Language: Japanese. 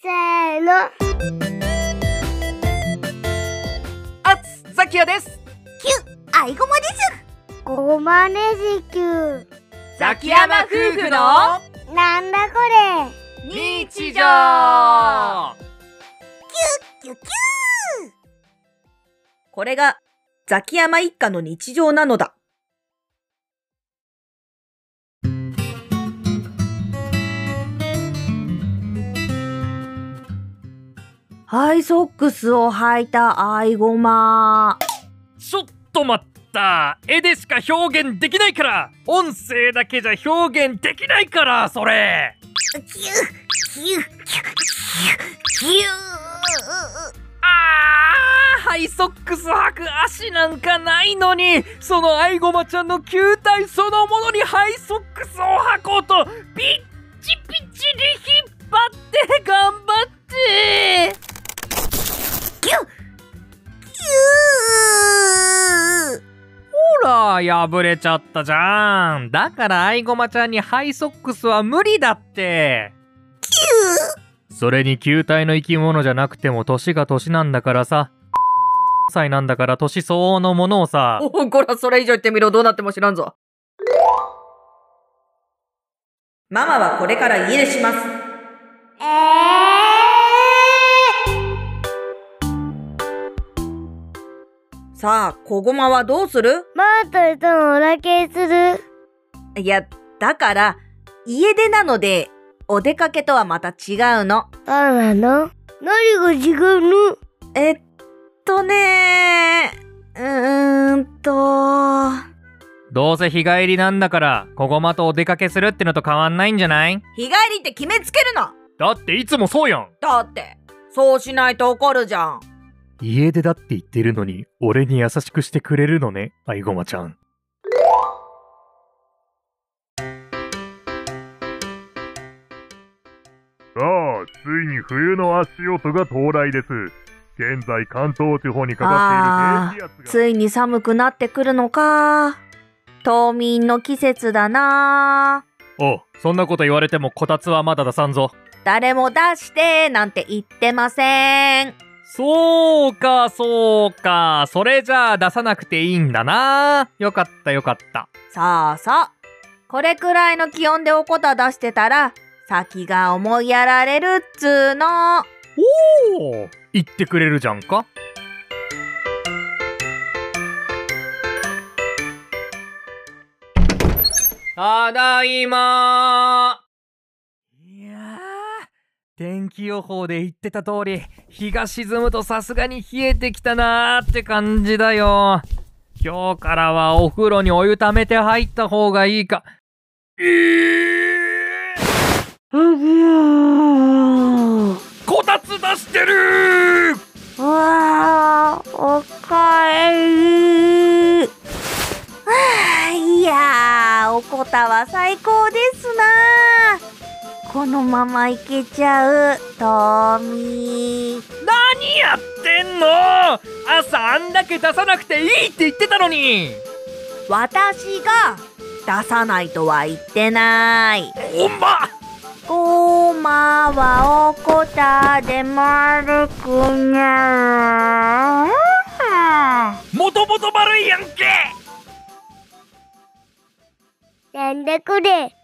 のあつさきやですあいごまですごまねじきゅうザキヤマ夫婦のなんだこ日常キュキュこれがザキヤマ一家の日常なのだ。ハイソックスを履いたアイゴマ。ちょっと待った絵でしか表現できないから音声だけじゃ表現できないからそれキュキュキュキュキュあーハイソックス履く足なんかないのにそのアイゴマちゃんの球体そのものにハイソックスを履こうとピッチピチに引っ張って頑張ってほら破れちゃったじゃんだからアイゴマちゃんにハイソックスは無理だってそれに球体の生き物じゃなくても年が年なんだからさ歳なんだから年相応のものをさおお、こら、それ以上言ってみろ。どうなっても知らんぞ。ママはこれから家出します。れえさあ、小ゴマはどうするー、マートルとのオラ系するいや、だから、家出なので、お出かけとはまた違うの。そうなの何が違うのえっとねー、うーんと、どうせ日帰りなんだから小ごまとお出かけするってのと変わんないんじゃない日帰りって決めつけるなだっていつもそうやんだって、そうしないと怒るじゃん。家出だって言ってるのに俺に優しくしてくれるのねアイゴマちゃんさあ、ついに冬の足音が到来です。現在関東地方にかかっている低気圧がついに寒くなってくるのか。冬眠の季節だな。おうそんなこと言われてもこたつはまだ出さんぞ誰も出してなんて言ってません。そうかそうかそれじゃあ出さなくていいんだなよかったよかったそうそう。これくらいの気温でおこた出してたら、先が思いやられるっつーの。おお言ってくれるじゃんかただいまいやー天気予報で言ってた通り日が沈むとさすがに冷えてきたなーって感じだよ今日からはお風呂にお湯ためて入った方がいいかえーこたつ出してるうーわー、おかえり。あーいやー、おこたは最高ですなー。このままいけちゃう、冬眠。何やってんの朝あんだけ出さなくていいって言ってたのに私が出さないとは言ってない。ほんまごまはおこたで丸くなる。もともと悪いやんけなんだこれ